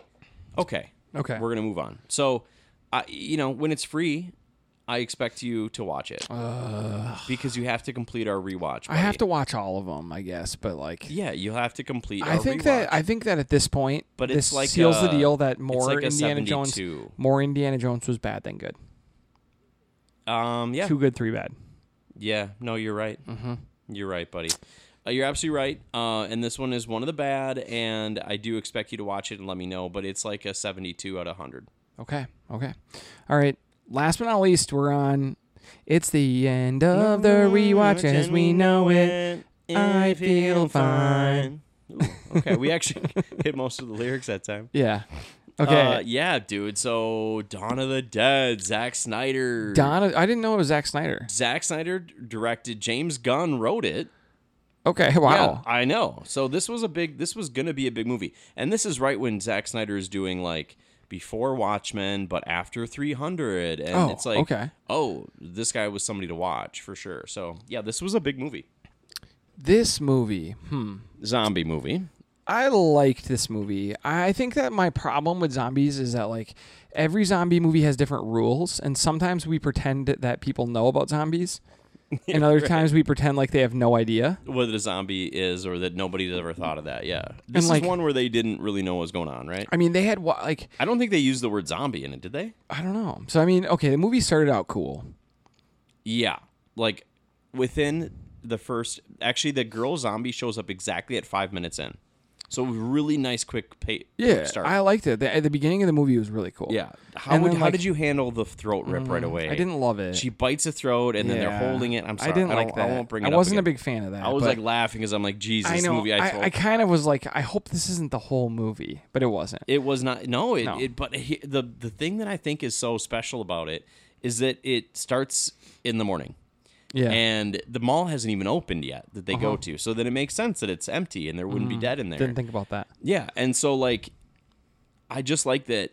okay, Okay. we're gonna move on. So, I, you know, when it's free, I expect you to watch it because you have to complete our rewatch. I have to watch all of them, I guess, but like Yeah, you'll have to complete. I our think rewatch. that I think that at this point, But this it's like seals the a- deal that it's more like a Indiana Jones, 72. more Indiana Jones was bad than good. Um, yeah, Two Mm-hmm. good, three bad. Yeah, no, you're right. You're right, buddy. Uh, you're absolutely right. Uh, and this one is one of the bad, and I do expect you to watch it and let me know. But it's like a 72 out of 100. Okay. Okay. All right. Last but not least, we're on. It's the end of the rewatch as we know it. I feel fine. Ooh, okay, we actually *laughs* hit most of the lyrics that time. Yeah. Uh, Okay. yeah, dude. So Dawn of the Dead, Zack Snyder. Donna, I didn't know it was Zack Snyder. Zack Snyder directed. James Gunn wrote it. Okay. *laughs* Wow. Yeah, I know. So this was a big. This was gonna be a big movie, and this is right when Zack Snyder is doing like before Watchmen, but after 300, and Oh, it's like, okay. oh, this guy was somebody to watch for sure. So yeah, this was a big movie, This movie. Hmm. zombie movie. I liked this movie. I think that my problem with zombies is that like every zombie movie has different rules, and sometimes we pretend that people know about *laughs* zombies, and other times we pretend like they have no idea. Whether the zombie is or that nobody's ever thought of that. Yeah, this like- is one where they didn't really know what was going on, right? I mean, they had wa- like I don't think they used the word zombie in it, did they? I don't know. So I mean, okay, the movie started out cool. Yeah. Like within the first actually the girl zombie shows up exactly at 5 minutes in. So really nice quick pay, Yeah, start. I liked it. The, at the beginning of the movie was really cool. yeah. How And would, then, how like- Mm, did you handle the throat rip right away? I didn't love it. She bites a throat and then they're Yeah. holding it. I'm sorry. I didn't don't- like that. I won't bring I it up. wasn't again. a big fan of that. I was but like laughing cuz I'm like Jesus I this know. movie I, I, told. I kind of was like, I hope this isn't the whole movie, but it wasn't. It was not. No, it, No. it but he, the the thing that I think is so special about it is that it starts in the morning. yeah. Uh-huh. and the mall hasn't even opened yet that they go to. So then it makes sense that it's empty Mm. and there wouldn't be dead in there. Didn't think about that. yeah, and so like, I just like that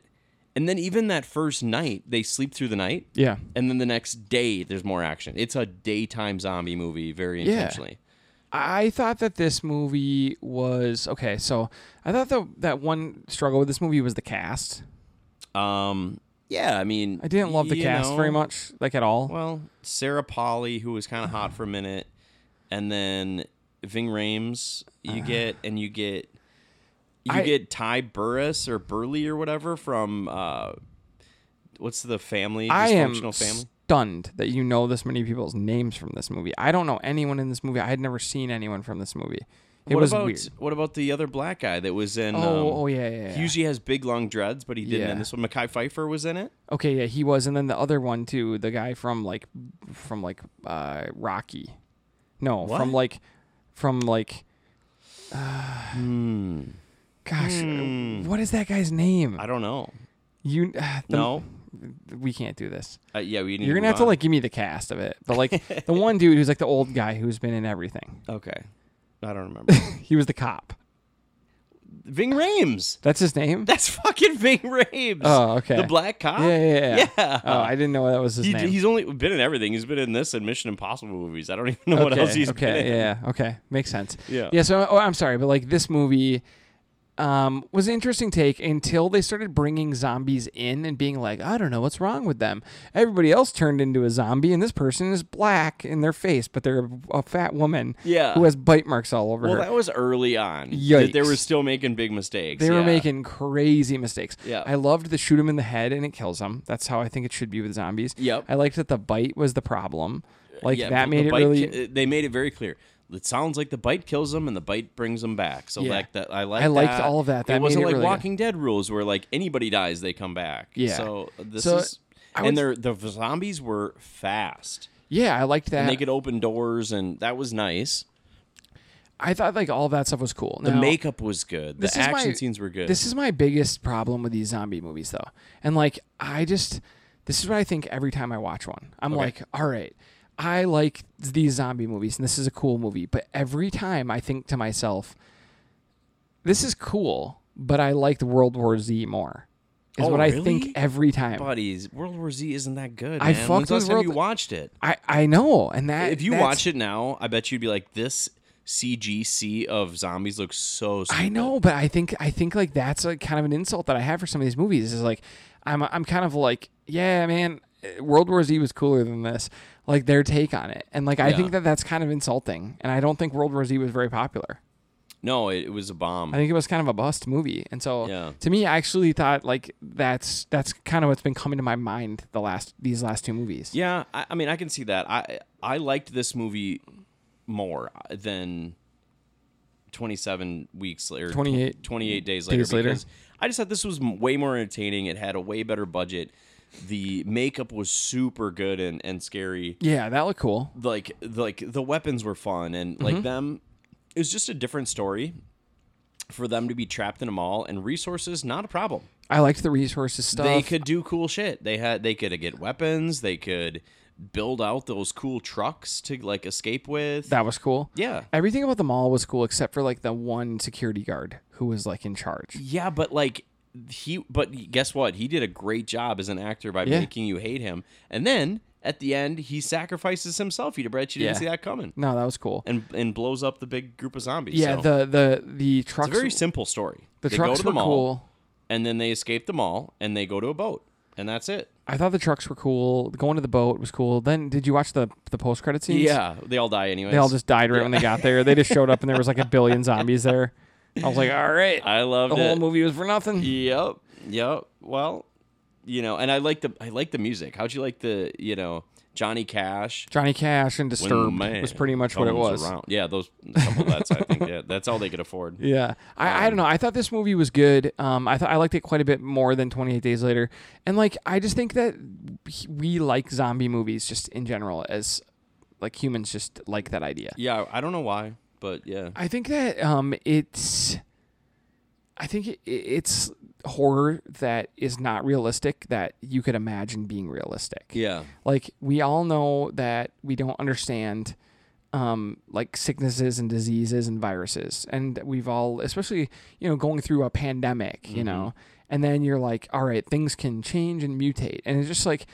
And then even that first night, they sleep through the night, Yeah. and then the next day, there's more action. It's a daytime zombie movie, very Yeah. intentionally. I thought that this movie was okay. So I thought that that one struggle with this movie was the cast. Um, yeah, I mean, I didn't love the you cast know, very much, like at all. Well, Sarah Polly, who was kind of hot for a minute, and then Ving Rhames, you get and you get you Uh. I- get Ty Burris or Burley or whatever from uh, what's the family I am dysfunctional family? stunned that you know this many people's names from this movie. I don't know anyone in this movie. I had never seen anyone from this movie. It what was about weird. what about the other black guy that was in? Oh, um, oh yeah, yeah, yeah. He usually has big long dreads, but he didn't Yeah. in this one. Mackay Pfeiffer was in it. Okay, yeah, he was, and then the other one too, the guy from like, from like, uh, Rocky, no, from What? like, from like, Hmm. gosh, uh, Hmm. what is that guy's name? I don't know. you the- no. we can't do this. Uh, yeah, we need You're gonna move have to on. like give me the cast of it, but like the one dude who's like the old guy who's been in everything. Okay. I don't remember. *laughs* He was the cop. Ving Rhames. That's his name. That's fucking Ving Rhames. Oh, okay. The black cop? yeah, yeah, yeah. Yeah. Oh, I didn't know that was his He- name. he's only been in everything. He's been in this and Mission Impossible movies. I don't even know what okay, else he's okay, been in. yeah, okay, makes sense. Yeah. yeah. So, oh, I'm sorry, but like this movie um, was an interesting take until they started bringing zombies in and being like, I don't know what's wrong with them. Everybody else turned into a zombie, and this person is black in their face, but they're a, a fat woman Yeah. who has bite marks all over Well, her. that was early on. Yikes. They were still making big mistakes. they were yeah. making crazy mistakes. Yeah. I loved the shoot him in the head and it kills him. That's how I think it should be with zombies. Yep. I liked that the bite was the problem. Like Yeah, that the made it bite really. ki- they made it very clear. It sounds like the bite kills them and the bite brings them back. So Yeah. like that, I like. I liked that. all of that. That it made wasn't it like really good. Walking Dead rules where like anybody dies they come back. Yeah. So this So, is I and their the zombies were fast. yeah, I liked that. And they could open doors and that was nice. I thought like all that stuff was cool. The Now- makeup was good. The this is action my- scenes were good. This is my biggest problem with these zombie movies, though. And like, I just, this is what I think every time I watch one. I'm like, all right, I like these zombie movies and this is a cool movie. But every time I think to myself, this is cool, but I liked World War Z more, is Oh, what I really? think every time. buddies, World War Z isn't that good. I man. fucked When's the last with time World- you watched it. I, I know. And that, If you that's- watch it now, I bet you'd be like, this CGC of zombies looks so. Stupid. I know, but I think I think like that's like kind of an insult that I have for some of these movies. Is like I'm I'm kind of like yeah, man. eh, World War Z was cooler than this. Like their take on it, and like I Yeah. think that that's kind of insulting. And I don't think World War Z was very popular. No, it, it was a bomb. I think it was kind of a bust movie. And so Yeah. to me, I actually thought like that's that's kind of what's been coming to my mind the last these last two movies. yeah, I, I mean, I can see that. I I liked this movie more than. 27 weeks later 28 28 days later days later. because i just thought this was m- way more entertaining it had a way better budget the makeup was super good and, and scary Yeah, that looked cool. like like the weapons were fun and like them it was just a different story for them to be trapped in a mall and resources not a problem I liked the resources stuff. they could do cool shit they had they could get weapons they could build out those cool trucks to like escape with that was cool. yeah Everything about the mall was cool except for like the one security guard who was like in charge. yeah but like he but guess what he did a great job as an actor by Yeah. making you hate him and then at the end he sacrifices himself you'd have bet you didn't Yeah. see that coming No, that was cool. and and blows up the big group of zombies Yeah, the so. the the trucks. It's a very simple story. the they go trucks to the were mall, cool. and then they escape the mall, and they go to a boat, and that's it. I thought the trucks were cool. Going to the boat was cool. Then did you watch the the post credit scenes? they all die anyway. They all just died right when they got there. They just showed up and there was like a *laughs* billion zombies there. I was like, all right, I the loved whole it. movie was for nothing. Yep, yep. Well, you know, and I like the I like the music. How'd you like the you know Johnny Cash? Johnny Cash and When the Disturbed man was pretty much what it comes was. around. Yeah, those couple that's I *laughs* think yeah, that's all they could afford. Yeah, I, I don't know. I thought this movie was good. Um, I thought I liked it quite a bit more than Twenty Eight Days Later, and like I just think that he- we like zombie movies just in general as like humans just like that idea. Yeah, I don't know why, but yeah, I think that um, it's, I think it, it's horror that is not realistic that you could imagine being realistic. yeah, Like we all know that we don't understand um, like sicknesses and diseases and viruses. And we've all, especially, you know, going through a pandemic, Mm-hmm. you know, and then you're like, all right, things can change and mutate. And it's just like,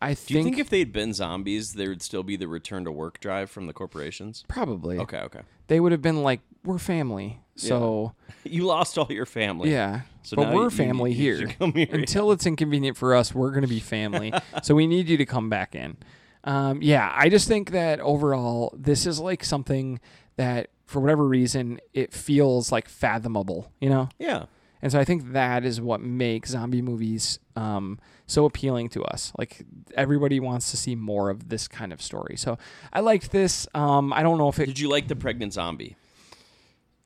I Do you think, think if they had been zombies, there would still be the return to work drive from the corporations? probably Okay, okay. *laughs* they would have been like, we're family. So, You lost all your family. yeah. So but now you- we're you family need- you here. should *laughs* come here, yeah. Until it's inconvenient for us, we're going to be family. so we need you to come back in. Um, yeah, I just think that overall, this is like something that, for whatever reason, it feels like fathomable, you know? Yeah. And so I think that is what makes zombie movies um, so appealing to us. Like everybody wants to see more of this kind of story. So I liked this. Um, I don't know if it. Did you like the pregnant zombie?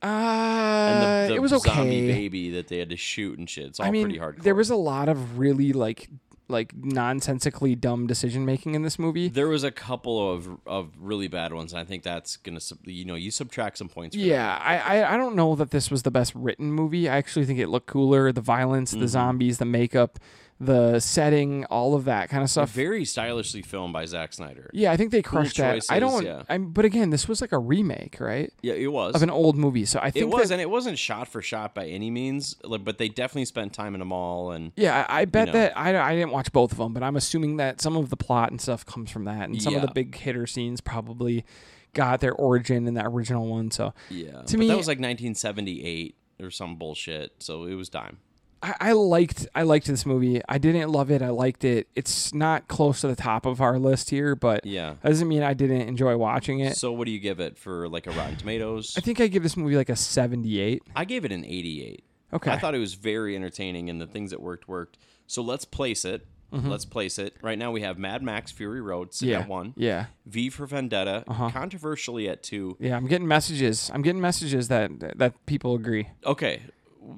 And the, Uh, the it was okay. zombie baby that they had to shoot and shit. It's all I mean, pretty hardcore. there was a lot of really like like nonsensically dumb decision making in this movie. There was a couple of of really bad ones. And I think that's gonna sub- you know you subtract some points. For that. Yeah, I, I I don't know that this was the best written movie. I actually think it looked cooler. The violence, Mm-hmm. the zombies, the makeup, the setting, all of that kind of stuff. Very stylishly filmed by Zack Snyder. Yeah, I think they crushed that. I choices, don't. yeah. I'm, but again, this was like a remake, right, Yeah, it was. of an old movie. So I think it was, That, and it wasn't shot for shot by any means. like, But they definitely spent time in a mall, and yeah, I, I bet know. that I, I didn't watch both of them, but I'm assuming that some of the plot and stuff comes from that, and some of Yeah. the big hitter scenes probably got their origin in that original one. So yeah, To but me- that was like 1978 or some bullshit. So it was time. I, I liked I liked this movie. I didn't love it. I liked it. It's not close to the top of our list here, but Yeah. that doesn't mean I didn't enjoy watching it. So what do you give it for like a Rotten Tomatoes? I think I give this movie like a 78. I gave it an 88. Okay. I thought it was very entertaining, and the things that worked worked. So let's place it. Let's place it. Right now we have Mad Max Fury Road sitting Mm-hmm. yeah. at one. Yeah. Uh-huh. V for Vendetta, controversially at two. Yeah, I'm getting messages. I'm getting messages that that people agree. Okay,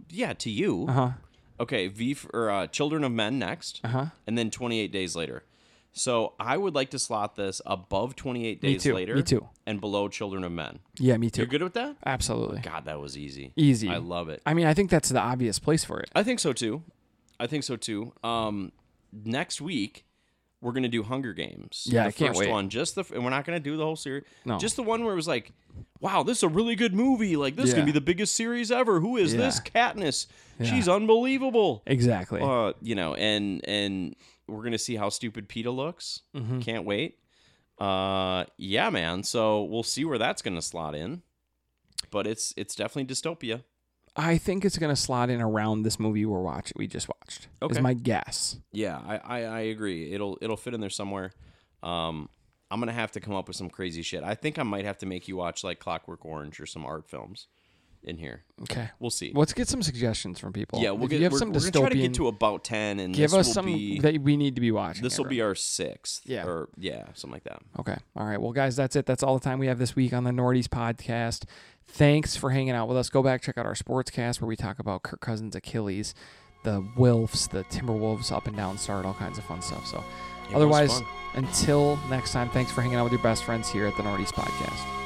yeah, to you. Uh-huh. Okay, V for uh, Children of Men next, uh-huh. and then 28 Days Later. So I would like to slot this above 28 Days too, Later, me too. and below Children of Men. Yeah, me too. You're good with that? Absolutely. God, that was easy. Easy. I love it. I mean, I think that's the obvious place for it. I think so too. I think so too. Um, next week we're gonna do Hunger Games. Yeah, the I can't first wait. One, just the, and we're not gonna do the whole series. No. just the one where it was like, wow, this is a really good movie. Like this is Yeah. gonna be the biggest series ever. Who is this Katniss? She's unbelievable. Exactly. Uh, you know, and and we're gonna see how stupid PETA looks. Mm-hmm. Can't wait. Uh, yeah, man. So we'll see where that's gonna slot in. But it's it's definitely dystopia. I think it's going to slot in around this movie we're watch we just watched. Is Okay. my guess. Yeah, I, I, I agree. It'll it'll fit in there somewhere. Um, I'm gonna have to come up with some crazy shit. I think I might have to make you watch like Clockwork Orange or some art films in here. Okay. We'll see. Let's get some suggestions from people. yeah, we'll If get. you have we're, some we're dystopian gonna try to get to about ten, and give this us will some Be, that we need to be watching. this will here. be our sixth. Yeah. Or yeah, something like that. Okay. All right. Well, guys, that's it. That's all the time we have this week on the Nordies podcast. Thanks for hanging out with us. Go back, check out our sportscast where we talk about Kirk Cousins' Achilles, the Wilfs, the Timberwolves, up and down start, all kinds of fun stuff. So, was otherwise, fun. until next time, thanks for hanging out with your best friends here at the Nordies podcast.